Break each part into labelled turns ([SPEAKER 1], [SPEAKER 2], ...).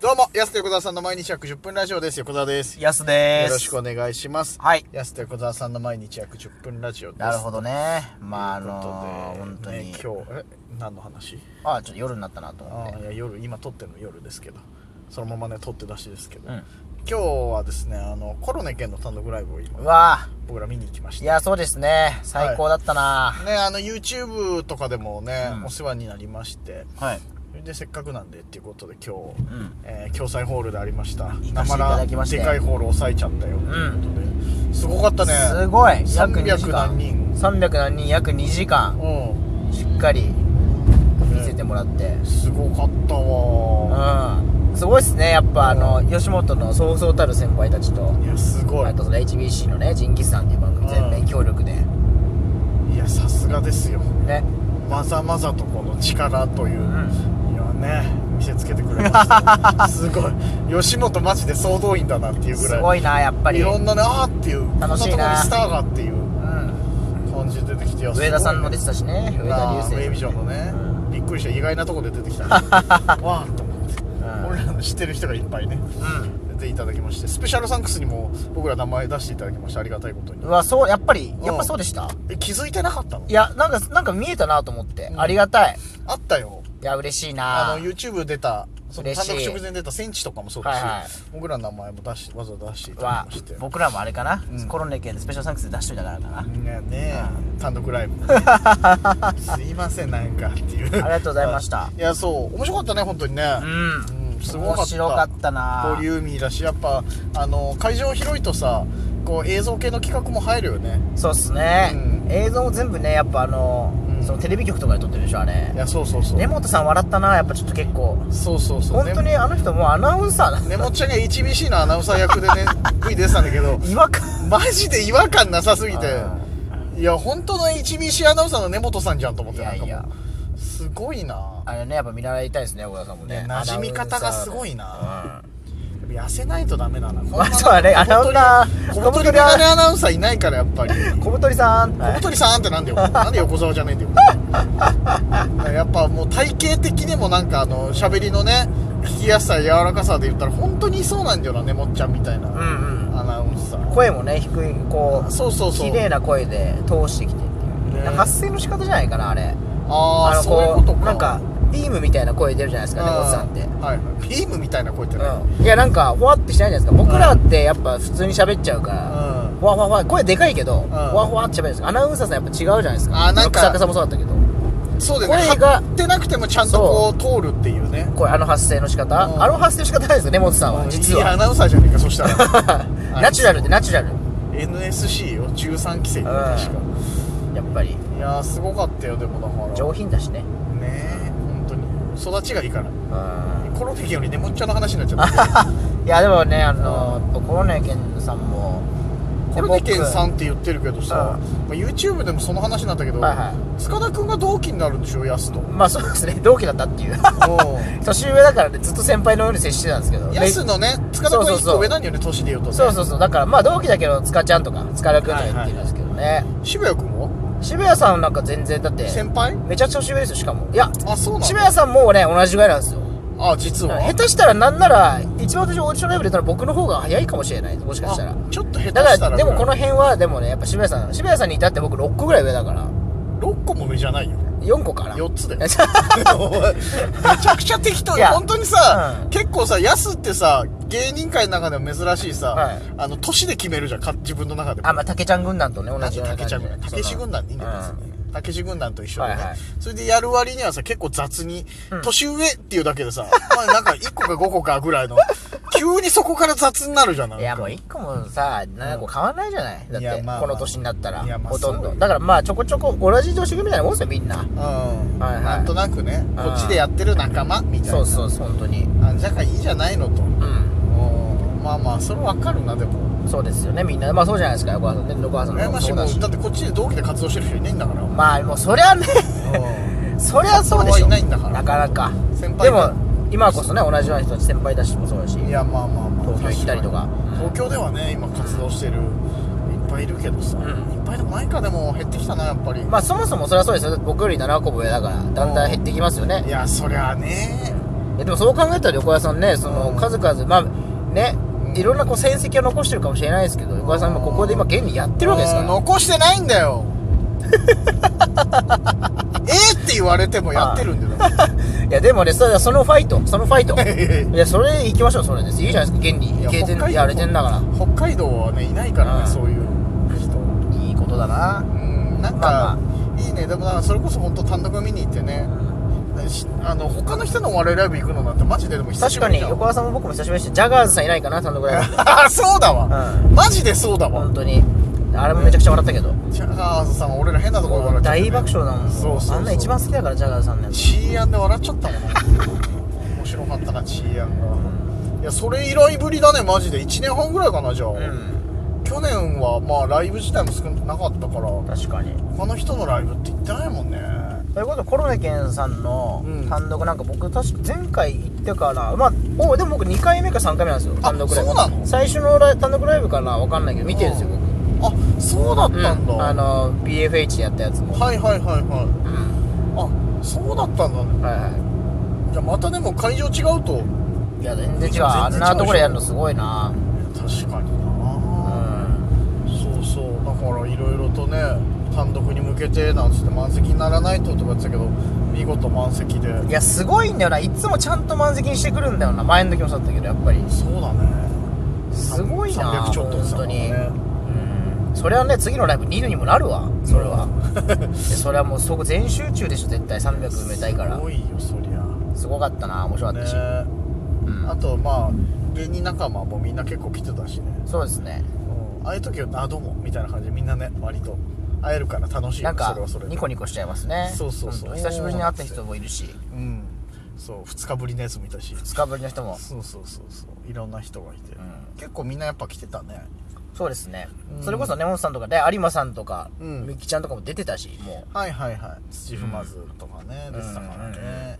[SPEAKER 1] どうも、安田横澤さんの毎日約10分ラジオです。横澤です。
[SPEAKER 2] やすです。
[SPEAKER 1] よろしくお願いします。
[SPEAKER 2] はい。
[SPEAKER 1] 安田横澤さんの毎日約10分ラジオです。
[SPEAKER 2] なるほ
[SPEAKER 1] ど。
[SPEAKER 2] どね。まあ、あ
[SPEAKER 1] という
[SPEAKER 2] の
[SPEAKER 1] こ
[SPEAKER 2] ー、本
[SPEAKER 1] と
[SPEAKER 2] 当
[SPEAKER 1] で、
[SPEAKER 2] に
[SPEAKER 1] ね、。今日、え、何の話
[SPEAKER 2] あ、ちょっと夜になったなと思
[SPEAKER 1] あ
[SPEAKER 2] っ
[SPEAKER 1] あ、い
[SPEAKER 2] て。
[SPEAKER 1] や、夜、今撮ってるの夜ですけど、そのままね、撮って出しですけど、
[SPEAKER 2] うん
[SPEAKER 1] 今日はですね、あの、コロネ県の単独ライブを
[SPEAKER 2] う
[SPEAKER 1] 今、
[SPEAKER 2] わ
[SPEAKER 1] 僕ら見に行きまし
[SPEAKER 2] ぁ。
[SPEAKER 1] た。
[SPEAKER 2] いや、そうですね。最高だったな
[SPEAKER 1] ね、あの、YouTube とかでもね、
[SPEAKER 2] うん
[SPEAKER 1] お世話になりまして、
[SPEAKER 2] はい。
[SPEAKER 1] それで、せっかくなんでっていうことで今日、
[SPEAKER 2] うん。
[SPEAKER 1] えー共済ホールでありました
[SPEAKER 2] 行かせていただきまして
[SPEAKER 1] ならでかいホール抑えちゃったよ、うん、すごかったね
[SPEAKER 2] すごい。約2
[SPEAKER 1] 300
[SPEAKER 2] 時間。
[SPEAKER 1] 何人
[SPEAKER 2] 300何人、約2時間、
[SPEAKER 1] う
[SPEAKER 2] しっかり見せてもらって。
[SPEAKER 1] んすごかったわ
[SPEAKER 2] うん。すごいっすね。やっぱ、あの、吉本のそうそうたる先輩たちと、
[SPEAKER 1] いやすごい
[SPEAKER 2] あとその HBC のね、ジンギスさんっていう番組全面協力で、
[SPEAKER 1] いやさすがですよ
[SPEAKER 2] ね。
[SPEAKER 1] まざまざとこの力という、
[SPEAKER 2] ん。
[SPEAKER 1] いやね見せつけてくれました すごい吉本マジで総動員だなっていうぐ
[SPEAKER 2] す
[SPEAKER 1] らい
[SPEAKER 2] ごいな、やっぱり。
[SPEAKER 1] いろんなねあーっていう
[SPEAKER 2] 楽しいな
[SPEAKER 1] こんなとこにスターがっていう
[SPEAKER 2] うん。
[SPEAKER 1] 感じで出てきていや
[SPEAKER 2] 上田さんも
[SPEAKER 1] す
[SPEAKER 2] 出てたしね上田
[SPEAKER 1] な
[SPEAKER 2] 流
[SPEAKER 1] あ
[SPEAKER 2] 星
[SPEAKER 1] ウェイビジョンのね、
[SPEAKER 2] う
[SPEAKER 1] びっくりした意外なとこで出て きたわあと思って、
[SPEAKER 2] ん
[SPEAKER 1] 俺らの知ってる人がいっぱいね出ていただきましてスペシャルサンクスにも僕ら名前出していただきましてありがたいことに
[SPEAKER 2] うんうわそうやっぱり
[SPEAKER 1] ん
[SPEAKER 2] やっぱそうでした
[SPEAKER 1] え気づいてなかったの
[SPEAKER 2] いやなんかなんか見えたなと思って、
[SPEAKER 1] うん
[SPEAKER 2] ありがたい
[SPEAKER 1] あったよ
[SPEAKER 2] いや嬉しい
[SPEAKER 1] あ
[SPEAKER 2] な
[SPEAKER 1] の YouTube 出たその
[SPEAKER 2] 嬉
[SPEAKER 1] 単
[SPEAKER 2] しい
[SPEAKER 1] 独直前に出たセンチとかもそうだし、
[SPEAKER 2] はいはい
[SPEAKER 1] 僕らの名前も出しわざわざ出していただ
[SPEAKER 2] は
[SPEAKER 1] きましてね
[SPEAKER 2] 僕らもあれかな、
[SPEAKER 1] うん
[SPEAKER 2] コロネ県でスペシャルサンクスで出しといたからかな、
[SPEAKER 1] ね単独ライブ すいませんなんかっていうあり
[SPEAKER 2] がとうござい ました
[SPEAKER 1] いやそう面白かったね本当にね
[SPEAKER 2] うん
[SPEAKER 1] うんすごかった
[SPEAKER 2] 面白かったな
[SPEAKER 1] ボリューミーだしやっぱあの会場広いとさこう映像系の企画も入るよね
[SPEAKER 2] そうっすね、
[SPEAKER 1] うん
[SPEAKER 2] 映像も全部ねやっぱあの、
[SPEAKER 1] うん
[SPEAKER 2] そのテレビ局とかで撮ってるでしょあれ
[SPEAKER 1] いやそうそうそう
[SPEAKER 2] 根本さん笑ったなやっぱちょっと結構
[SPEAKER 1] そうそうそう
[SPEAKER 2] 本当にあの人もうアナウンサーだ
[SPEAKER 1] ねもっちゃんが HBC のアナウンサー役でね V 出てたんだけど
[SPEAKER 2] 違和感
[SPEAKER 1] マジで違和感なさすぎて
[SPEAKER 2] あ
[SPEAKER 1] いや本当の HBC アナウンサーの根本さんじゃんと思って
[SPEAKER 2] いやい
[SPEAKER 1] な
[SPEAKER 2] や
[SPEAKER 1] んかもうすごいな
[SPEAKER 2] あれねやっぱ見習いたいですね小田さんもね
[SPEAKER 1] ね馴染み方がすごいな
[SPEAKER 2] アナウンサーでうん
[SPEAKER 1] 痩せないとダメだな
[SPEAKER 2] まあそうだねあのな
[SPEAKER 1] 小太りメガネアナウンサーいないからやっ ぱり
[SPEAKER 2] 小太りさん、
[SPEAKER 1] 小太りさんってなんだよなんで横澤じゃないんだよだからやっぱもう体型的にもなんかあの喋りのね聞きやすさ柔らかさで言ったら本当にいそうなんだよなねもっちゃんみたいな、
[SPEAKER 2] うん
[SPEAKER 1] アナウンサ
[SPEAKER 2] う
[SPEAKER 1] ー
[SPEAKER 2] ん声もね低いこう
[SPEAKER 1] そうそうそう
[SPEAKER 2] 綺麗な声で通してきてっていう、
[SPEAKER 1] ね
[SPEAKER 2] 発声の仕方じゃないかなあれ
[SPEAKER 1] ああ
[SPEAKER 2] の
[SPEAKER 1] そういうことか
[SPEAKER 2] なんかビームみたいな声出るじゃないですかねお
[SPEAKER 1] あ
[SPEAKER 2] っ
[SPEAKER 1] ー
[SPEAKER 2] さんって
[SPEAKER 1] はいはいビームみたいな声ってね
[SPEAKER 2] うんいやなんかふわってしないじゃないですか僕らってやっぱ普通に喋っちゃうから、
[SPEAKER 1] う
[SPEAKER 2] ふわふわふわ声でかいけど、ふわふわって喋るんですけどアナウンサーさんやっぱ違うじゃないですか
[SPEAKER 1] あなんか
[SPEAKER 2] 草草もそうだったけど
[SPEAKER 1] んそうだよね
[SPEAKER 2] 声が
[SPEAKER 1] 張ってなくてもちゃんとこう通るっていうね
[SPEAKER 2] 声あの発声の仕方、
[SPEAKER 1] うん
[SPEAKER 2] あの発声の仕方ないですか根本さんは実
[SPEAKER 1] いいア
[SPEAKER 2] は
[SPEAKER 1] ナウンサーじゃねえかそしたら
[SPEAKER 2] ナチュラルでナチュラル
[SPEAKER 1] NSC よ13期生で確か
[SPEAKER 2] やっぱり
[SPEAKER 1] いやーすごかったよでもだから
[SPEAKER 2] 上品だしね
[SPEAKER 1] ねえ本当に育ちがいいから
[SPEAKER 2] うん
[SPEAKER 1] コロネキよりねもっちゃんの話になっ ちゃった
[SPEAKER 2] いやでもねあのコロネケンさんも
[SPEAKER 1] コロネケンさ
[SPEAKER 2] ん
[SPEAKER 1] んって言ってるけどさ、まあ、YouTube でもその話になったけど、
[SPEAKER 2] はいは
[SPEAKER 1] 塚田君が同期になるんでしょや すとうん
[SPEAKER 2] まあそうですね同期だったっていう 年上だからねずっと先輩のように接してたんですけど
[SPEAKER 1] やす
[SPEAKER 2] で
[SPEAKER 1] のね塚田君
[SPEAKER 2] そ
[SPEAKER 1] は
[SPEAKER 2] うそう
[SPEAKER 1] 一
[SPEAKER 2] そう
[SPEAKER 1] 個上なんだよね年で言うとね
[SPEAKER 2] そうそうそうだからまあ同期だけど塚ちゃんとか塚田君とか言ってるんですけどね、
[SPEAKER 1] 渋谷君も
[SPEAKER 2] 渋谷さんなんか全然だって
[SPEAKER 1] 先輩
[SPEAKER 2] めちゃくちゃ年上ですよしかもいや
[SPEAKER 1] あそうなんだ
[SPEAKER 2] 渋谷さんもね同じぐらいなんですよ
[SPEAKER 1] あ実は
[SPEAKER 2] 下手したらなんなら一番私オーディションライブ出たら僕の方が早いかもしれないもしかしたら
[SPEAKER 1] あちょっと下手したら
[SPEAKER 2] だか
[SPEAKER 1] ぐ
[SPEAKER 2] ら
[SPEAKER 1] い
[SPEAKER 2] でもこの辺はでもねやっぱ渋谷さん渋谷さんに至って僕6個ぐらい上だから
[SPEAKER 1] 6個も上じゃないよ
[SPEAKER 2] 4 個かな
[SPEAKER 1] 4つだよ
[SPEAKER 2] いや
[SPEAKER 1] お前めちゃくちゃ適当
[SPEAKER 2] いや
[SPEAKER 1] 本当にさ、
[SPEAKER 2] うん
[SPEAKER 1] 結構さヤスってさ芸人界の中でも珍しいさ、
[SPEAKER 2] はい
[SPEAKER 1] あの年で決めるじゃんか自分の中でも
[SPEAKER 2] あ、まあ、竹ちゃん軍団とね、同
[SPEAKER 1] なん
[SPEAKER 2] じ
[SPEAKER 1] で
[SPEAKER 2] よう
[SPEAKER 1] た
[SPEAKER 2] な
[SPEAKER 1] け
[SPEAKER 2] 感
[SPEAKER 1] ち
[SPEAKER 2] じ
[SPEAKER 1] ゃん軍
[SPEAKER 2] で
[SPEAKER 1] 団たけし軍団でいいんだよ別
[SPEAKER 2] うん
[SPEAKER 1] にたけし軍団と一緒でね、
[SPEAKER 2] はいはい
[SPEAKER 1] それでやる割にはさ結構雑に、
[SPEAKER 2] うん
[SPEAKER 1] 年上っていうだけでさ、まあ、なんか1個か5個かぐ らいの急にそこから雑になるじゃんなん
[SPEAKER 2] い
[SPEAKER 1] か
[SPEAKER 2] や、もう一個もさ、7個変わんないじゃない。だ
[SPEAKER 1] いや
[SPEAKER 2] って
[SPEAKER 1] まあ、
[SPEAKER 2] この年になったら
[SPEAKER 1] いや、まあ
[SPEAKER 2] ほとん
[SPEAKER 1] そう
[SPEAKER 2] ど。
[SPEAKER 1] よ
[SPEAKER 2] だからまあ、ちょこちょこ、同じ年組みたいなもんですよ、みんな。
[SPEAKER 1] うん、
[SPEAKER 2] はいはい
[SPEAKER 1] なんとなくねこっちでやってる仲間みたいな
[SPEAKER 2] そうそうそう、本当に。
[SPEAKER 1] あじゃあいいじゃないのと
[SPEAKER 2] うん。
[SPEAKER 1] うんまあまあそれわかるなでも
[SPEAKER 2] そうですよね、みんな。まあ、そうじゃないですか、横川さんね。横川さん
[SPEAKER 1] 羨
[SPEAKER 2] も
[SPEAKER 1] ましい
[SPEAKER 2] そう
[SPEAKER 1] も
[SPEAKER 2] だ
[SPEAKER 1] う
[SPEAKER 2] し
[SPEAKER 1] だ。ってこっちで同期で活動してる人いないんだから
[SPEAKER 2] まあ、もう、そりゃね、そりゃそうでし
[SPEAKER 1] 他はい
[SPEAKER 2] ょ。
[SPEAKER 1] ないんだから
[SPEAKER 2] なかなか。
[SPEAKER 1] 先輩
[SPEAKER 2] で
[SPEAKER 1] が
[SPEAKER 2] も、今こそね、同じような人たち、先輩たちもそうだし。
[SPEAKER 1] いやまあまあまあ
[SPEAKER 2] 東京行ったりとか
[SPEAKER 1] 確に東京ではね今活動してるいっぱいいるけどさ、
[SPEAKER 2] ん
[SPEAKER 1] いっぱいでもないかでも減ってきたなやっぱり、
[SPEAKER 2] まあ、そもそもそりゃそうですよ。だって僕より7個も上だから、だんだん減ってきますよね
[SPEAKER 1] い。やそりゃあね
[SPEAKER 2] えでもそう考えたら横谷さんねその、
[SPEAKER 1] うん
[SPEAKER 2] 数々まあね
[SPEAKER 1] うん
[SPEAKER 2] いろんなこう戦績を残してるかもしれないですけど横谷さんもここで今現にやってるわけですか
[SPEAKER 1] うん
[SPEAKER 2] ら
[SPEAKER 1] 残してないんだ よええって言われてもやってるんだよだか
[SPEAKER 2] いやでもねそそのファイトそのファイト
[SPEAKER 1] ら い
[SPEAKER 2] いやそれ行きましょうそれですいいじゃないですか現に
[SPEAKER 1] や
[SPEAKER 2] いけて
[SPEAKER 1] 北海道
[SPEAKER 2] やれてんだから
[SPEAKER 1] 北海道はねいないからね、
[SPEAKER 2] うん
[SPEAKER 1] そういう人
[SPEAKER 2] いいことだな
[SPEAKER 1] うんなんか、
[SPEAKER 2] まあま
[SPEAKER 1] いいねでもなんかそれこそ本当単独見に行ってねしあの他の人のお笑いライブ行くのなんてマジででも久し
[SPEAKER 2] 確
[SPEAKER 1] ぶ
[SPEAKER 2] か
[SPEAKER 1] り
[SPEAKER 2] に
[SPEAKER 1] じゃん
[SPEAKER 2] 横川さんも僕も久しぶりでしたジャガーズさんいないかな単独ライ
[SPEAKER 1] あ そうだわ、
[SPEAKER 2] ブ
[SPEAKER 1] マジでそうだわ、
[SPEAKER 2] 本当にあれもめちゃくちゃ笑ったけど
[SPEAKER 1] ジャガーズさんは俺ら変なところ笑っちゃったね
[SPEAKER 2] 大爆笑だもん
[SPEAKER 1] そうそうそう
[SPEAKER 2] あんな一番好きだからジャガーズさんのやつ
[SPEAKER 1] チーアンで笑っちゃ ったもん面白かったなチーアンがいやそれ以来ぶりだねマジで1年半ぐらいかなじゃあ、
[SPEAKER 2] うん
[SPEAKER 1] 去年はまあライブ自体も少なかったから
[SPEAKER 2] 確かに
[SPEAKER 1] 他の人のライブって行ってないもんね
[SPEAKER 2] ということでコロネケンさんの
[SPEAKER 1] うん
[SPEAKER 2] 単独なんか僕確か前回行ってからまあおでも僕2回目か3回目なんですよ単独ライブ
[SPEAKER 1] そうなの
[SPEAKER 2] 最初のライ単独ライブから分かんないけど見てるんですよ
[SPEAKER 1] う
[SPEAKER 2] 僕
[SPEAKER 1] あそうだったんだ、
[SPEAKER 2] うんあの BFH でやったやつも
[SPEAKER 1] はいはいはいは
[SPEAKER 2] うん
[SPEAKER 1] いあそうだったんだね
[SPEAKER 2] はいはい
[SPEAKER 1] じゃあまたでも会場違うと
[SPEAKER 2] いや全然
[SPEAKER 1] い
[SPEAKER 2] 違う
[SPEAKER 1] や
[SPEAKER 2] あん
[SPEAKER 1] 全然違う
[SPEAKER 2] なところでやるのすごいな
[SPEAKER 1] 確かに
[SPEAKER 2] う
[SPEAKER 1] な、
[SPEAKER 2] ん
[SPEAKER 1] そうそうだからいろいろとね単独に向けてなんつって満席にならないととか言ってたけど見事満席で
[SPEAKER 2] いやすごいんだよないつもちゃんと満席にしてくるんだよな前の時もそうだったけどやっぱり
[SPEAKER 1] そうだね
[SPEAKER 2] すごいな
[SPEAKER 1] 300ちょっと
[SPEAKER 2] 本
[SPEAKER 1] だ
[SPEAKER 2] 当
[SPEAKER 1] もん
[SPEAKER 2] に、
[SPEAKER 1] ね
[SPEAKER 2] うんそれはね次のライブ見るにもなるわそれはでそれはもうそこ全集中でしょ絶対300埋めたいから
[SPEAKER 1] すごいよそりゃ
[SPEAKER 2] すごかったな面白かったし、
[SPEAKER 1] ね
[SPEAKER 2] うん
[SPEAKER 1] あとまあ芸人仲間もみんな結構来てたしね、
[SPEAKER 2] そうですね
[SPEAKER 1] うんああいう時は「あどうも」みたいな感じでみんなね割と会えるから楽しいよ
[SPEAKER 2] なんか
[SPEAKER 1] それはそれで
[SPEAKER 2] ニコニコしちゃいますね
[SPEAKER 1] そうそうそう
[SPEAKER 2] 本当久しぶりに会った人もいるし
[SPEAKER 1] うんそう2日ぶりのやつ見たし
[SPEAKER 2] 2日ぶりの人も
[SPEAKER 1] そうそうそうそういろんな人がいて、
[SPEAKER 2] ん
[SPEAKER 1] 結構みんなやっぱ来てたね
[SPEAKER 2] そうですね、
[SPEAKER 1] うん
[SPEAKER 2] それこそ根本さんとかで有馬さんとか、
[SPEAKER 1] うん
[SPEAKER 2] みきちゃんとかも出てたしも
[SPEAKER 1] はいはいはい土踏まずとかね、
[SPEAKER 2] うん
[SPEAKER 1] 出てたからね、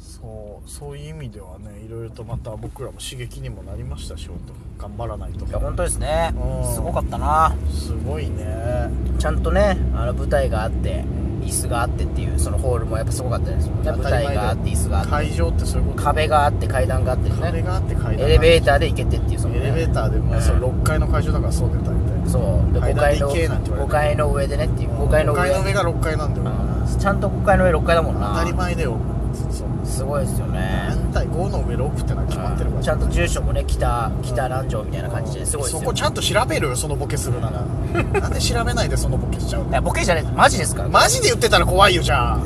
[SPEAKER 1] そうそういう意味ではねいろいろとまた僕らも刺激にもなりましたし本当頑張らないと
[SPEAKER 2] ういや本当ですね
[SPEAKER 1] うん
[SPEAKER 2] すごかったな
[SPEAKER 1] すごいね
[SPEAKER 2] ちゃんとねあの舞台があって椅子があってっていうそのホールもやっぱすごかったですもんね
[SPEAKER 1] 当
[SPEAKER 2] 舞
[SPEAKER 1] たり前だよ
[SPEAKER 2] 台があって椅子があって
[SPEAKER 1] 会場ってそういうこと
[SPEAKER 2] 壁があって階段があってです
[SPEAKER 1] 壁
[SPEAKER 2] ね
[SPEAKER 1] があって階段があっ
[SPEAKER 2] エ
[SPEAKER 1] て
[SPEAKER 2] レベーターで行けてっていうその、
[SPEAKER 1] エレベーターで、まあ、その6階の会場だからそうで大体
[SPEAKER 2] そうで
[SPEAKER 1] 階段で
[SPEAKER 2] 5階の
[SPEAKER 1] 行けなんて言われて
[SPEAKER 2] 5階の上でねっていう5階の上
[SPEAKER 1] 五階の上が6階なんだよな
[SPEAKER 2] うんちゃんと5階の上6階だもん
[SPEAKER 1] 当
[SPEAKER 2] な
[SPEAKER 1] たり前だよそう
[SPEAKER 2] すごいですよね
[SPEAKER 1] 何対5の上6ってのは決まってるから
[SPEAKER 2] ちゃんと住所もね北北南城みたいな感じですごいですよ
[SPEAKER 1] そこちゃんと調べるよそのボケする ならなんで調べないでそのボケしちゃうの
[SPEAKER 2] いやボケじゃないですマジですから
[SPEAKER 1] マジで言ってたら怖いよじゃあ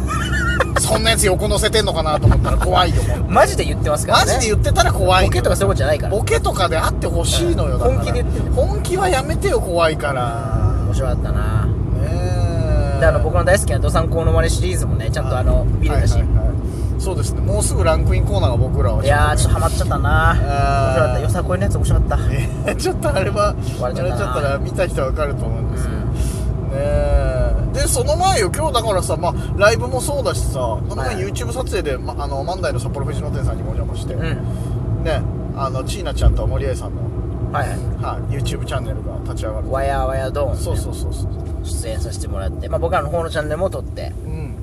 [SPEAKER 1] そんなやつ横乗せてんのかなと思ったら怖いよもう
[SPEAKER 2] マジで言ってますから
[SPEAKER 1] マ
[SPEAKER 2] ね
[SPEAKER 1] ジで言ってたら怖いよ
[SPEAKER 2] ボケとかそういうことじゃないから
[SPEAKER 1] ボケとかであってほしいのよだから
[SPEAKER 2] 本気で言ってんだ
[SPEAKER 1] 本気はやめてよ怖いから
[SPEAKER 2] 面白かったな
[SPEAKER 1] ねえ
[SPEAKER 2] であの僕の大好きな「ドサンコウのまね」シリーズもねちゃんとあの見れたし、
[SPEAKER 1] はい
[SPEAKER 2] い
[SPEAKER 1] はいはいそうですねもうすぐランクインコーナーが僕らは
[SPEAKER 2] やーちょっとハマっちゃったな面白
[SPEAKER 1] あー
[SPEAKER 2] かったよさこいのやつ面白かった、
[SPEAKER 1] ね ちょっとあれはあ
[SPEAKER 2] 割
[SPEAKER 1] れ
[SPEAKER 2] れ
[SPEAKER 1] ち
[SPEAKER 2] ち
[SPEAKER 1] ょ
[SPEAKER 2] ゃ
[SPEAKER 1] っ
[SPEAKER 2] ったな
[SPEAKER 1] とら見た人は分かると思うんですけど、
[SPEAKER 2] うん
[SPEAKER 1] ねえでその前よ今日だからさ、まあ、ライブもそうだしさこの前
[SPEAKER 2] はい
[SPEAKER 1] YouTube 撮影で、ま、あの万代の札幌藤野店さんにもお邪魔して、
[SPEAKER 2] うん
[SPEAKER 1] ねあのちいなちゃんと森江さんの、
[SPEAKER 2] はいはい
[SPEAKER 1] はい、YouTube チャンネルが立ち上がる
[SPEAKER 2] わやわやドーン
[SPEAKER 1] そうそうそうそう
[SPEAKER 2] 出演させてもらって、まあ、僕らの方のチャンネルも撮って
[SPEAKER 1] うん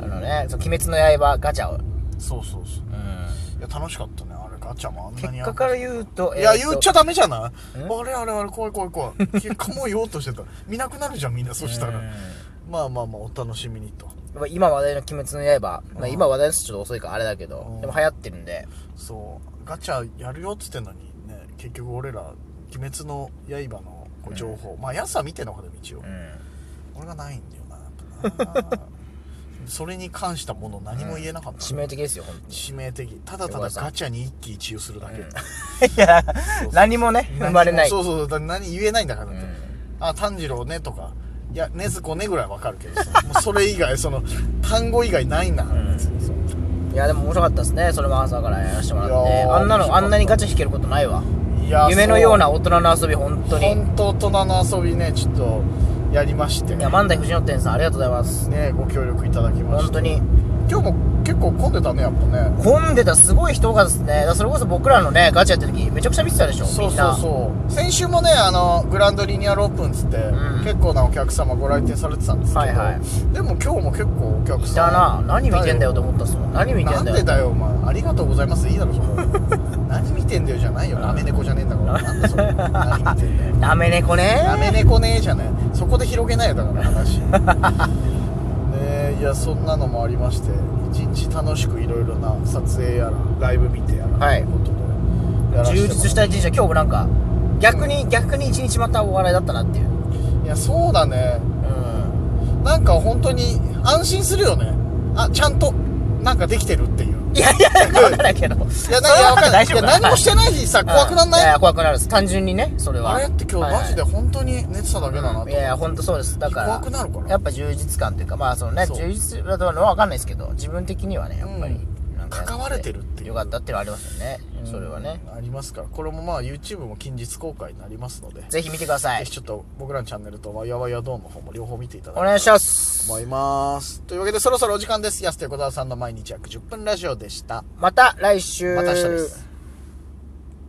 [SPEAKER 2] あのね「そう鬼滅の刃」ガチャを、
[SPEAKER 1] そうそうそういや楽しかったねあれガチャもあんなに
[SPEAKER 2] 結
[SPEAKER 1] や
[SPEAKER 2] 果から言うと
[SPEAKER 1] いや
[SPEAKER 2] えーと
[SPEAKER 1] 言っちゃダメじゃない
[SPEAKER 2] ん
[SPEAKER 1] あれあれあれ怖い怖い怖い結果もう言おうとしてた見なくなるじゃんみんなそしたら
[SPEAKER 2] うん
[SPEAKER 1] まあまあまあお楽しみにと
[SPEAKER 2] まあ今話題の「鬼滅の刃」まあ、今話題のやつちょっと遅いからあれだけ
[SPEAKER 1] う
[SPEAKER 2] ど
[SPEAKER 1] ん
[SPEAKER 2] でも流行ってるんで
[SPEAKER 1] そうガチャやるよっつってんのにね結局俺ら「鬼滅の刃」のこう情報、まあやつは見てんのかでも一応、俺がないんだよなやっぱなそれに関したもの何も言えなかった、
[SPEAKER 2] 致命的ですよ本
[SPEAKER 1] 致命的ただただガチャに一喜一憂するだけ、
[SPEAKER 2] 当にいや何もね 生まれない
[SPEAKER 1] そうそうだ何言えないんだからだって、
[SPEAKER 2] うん
[SPEAKER 1] あ炭治郎ねとかいや禰豆子ねぐらいわかるけどさもうそれ以外そ の単語以外ないんだから、別にそう
[SPEAKER 2] いやでも面白かったですねそれも朝からやらせてもらっ
[SPEAKER 1] いや
[SPEAKER 2] て
[SPEAKER 1] ー
[SPEAKER 2] あんな
[SPEAKER 1] 面白か
[SPEAKER 2] の
[SPEAKER 1] った
[SPEAKER 2] あんなにガチャ引けることないわ
[SPEAKER 1] いや
[SPEAKER 2] 夢のような大人の遊び本当に
[SPEAKER 1] 本当大人の遊びねちょっとやりまして
[SPEAKER 2] いや万代藤野店さんありがとうございます
[SPEAKER 1] ねご協力いただきまして
[SPEAKER 2] 本当に
[SPEAKER 1] 今日も結構混んでたねやっぱね
[SPEAKER 2] 混んでたすごい人がですねだからそれこそ僕らのねガチャやった時めちゃくちゃ見てたでしょ
[SPEAKER 1] そう
[SPEAKER 2] み
[SPEAKER 1] そ
[SPEAKER 2] んな
[SPEAKER 1] うそう先週もねあのグランドリニアルオープンっつって、
[SPEAKER 2] ん
[SPEAKER 1] 結構なお客様ご来店されてたんですけど、
[SPEAKER 2] はいは
[SPEAKER 1] でも今日も結構お客
[SPEAKER 2] い
[SPEAKER 1] さん
[SPEAKER 2] たな何見てんだよと思ったっすもん何見て
[SPEAKER 1] なんん
[SPEAKER 2] だよ
[SPEAKER 1] でだよお前ありがとうございますいいだろ それ何見てんだよじゃないよなめ猫じゃねえんだからなんでそれ何見てんだよ
[SPEAKER 2] ダメ猫ね
[SPEAKER 1] なめ猫ねえじゃないそこで広げないよだから 話ねえいやそんなのもありまして一日楽しくいろいろな撮影やらライブ見てやら
[SPEAKER 2] はい
[SPEAKER 1] ということでやらせてもら
[SPEAKER 2] 充
[SPEAKER 1] って
[SPEAKER 2] 実した一日は今日もなんか逆に、逆に一日またお笑いだったなっていう
[SPEAKER 1] いやそうだね
[SPEAKER 2] うん
[SPEAKER 1] なんか本当に安心するよねあちゃんとなんかできてるっていう
[SPEAKER 2] いやいやそうだけど
[SPEAKER 1] いやなんかいやわ かんないいや何もしてないしさ 怖くなんない
[SPEAKER 2] いや怖くなるです単純にねそれは
[SPEAKER 1] あれって今日マジで本当に寝てただけだなと思っ
[SPEAKER 2] い
[SPEAKER 1] て
[SPEAKER 2] やいや本当そうですだから
[SPEAKER 1] 怖くなるから
[SPEAKER 2] やっぱ充実感というかまあそのね
[SPEAKER 1] そう
[SPEAKER 2] 充実だとのは分かんないですけど自分的にはねやっぱり、
[SPEAKER 1] うん
[SPEAKER 2] なんかやっ
[SPEAKER 1] 関われてるっていう
[SPEAKER 2] よかったっていうのはありますよね、それはね
[SPEAKER 1] ありますからこれもまあ YouTube も近日公開になりますのでぜ
[SPEAKER 2] ぜひ見てください
[SPEAKER 1] ひちょっと僕らのチャンネルとわやわやドームの方も両方見ていただ
[SPEAKER 2] お
[SPEAKER 1] きたい
[SPEAKER 2] 願いし
[SPEAKER 1] と
[SPEAKER 2] ま
[SPEAKER 1] 思
[SPEAKER 2] す
[SPEAKER 1] いますというわけでそろそろお時間です安手小沢さんの毎日約10分ラジオでした
[SPEAKER 2] また来週
[SPEAKER 1] また明日です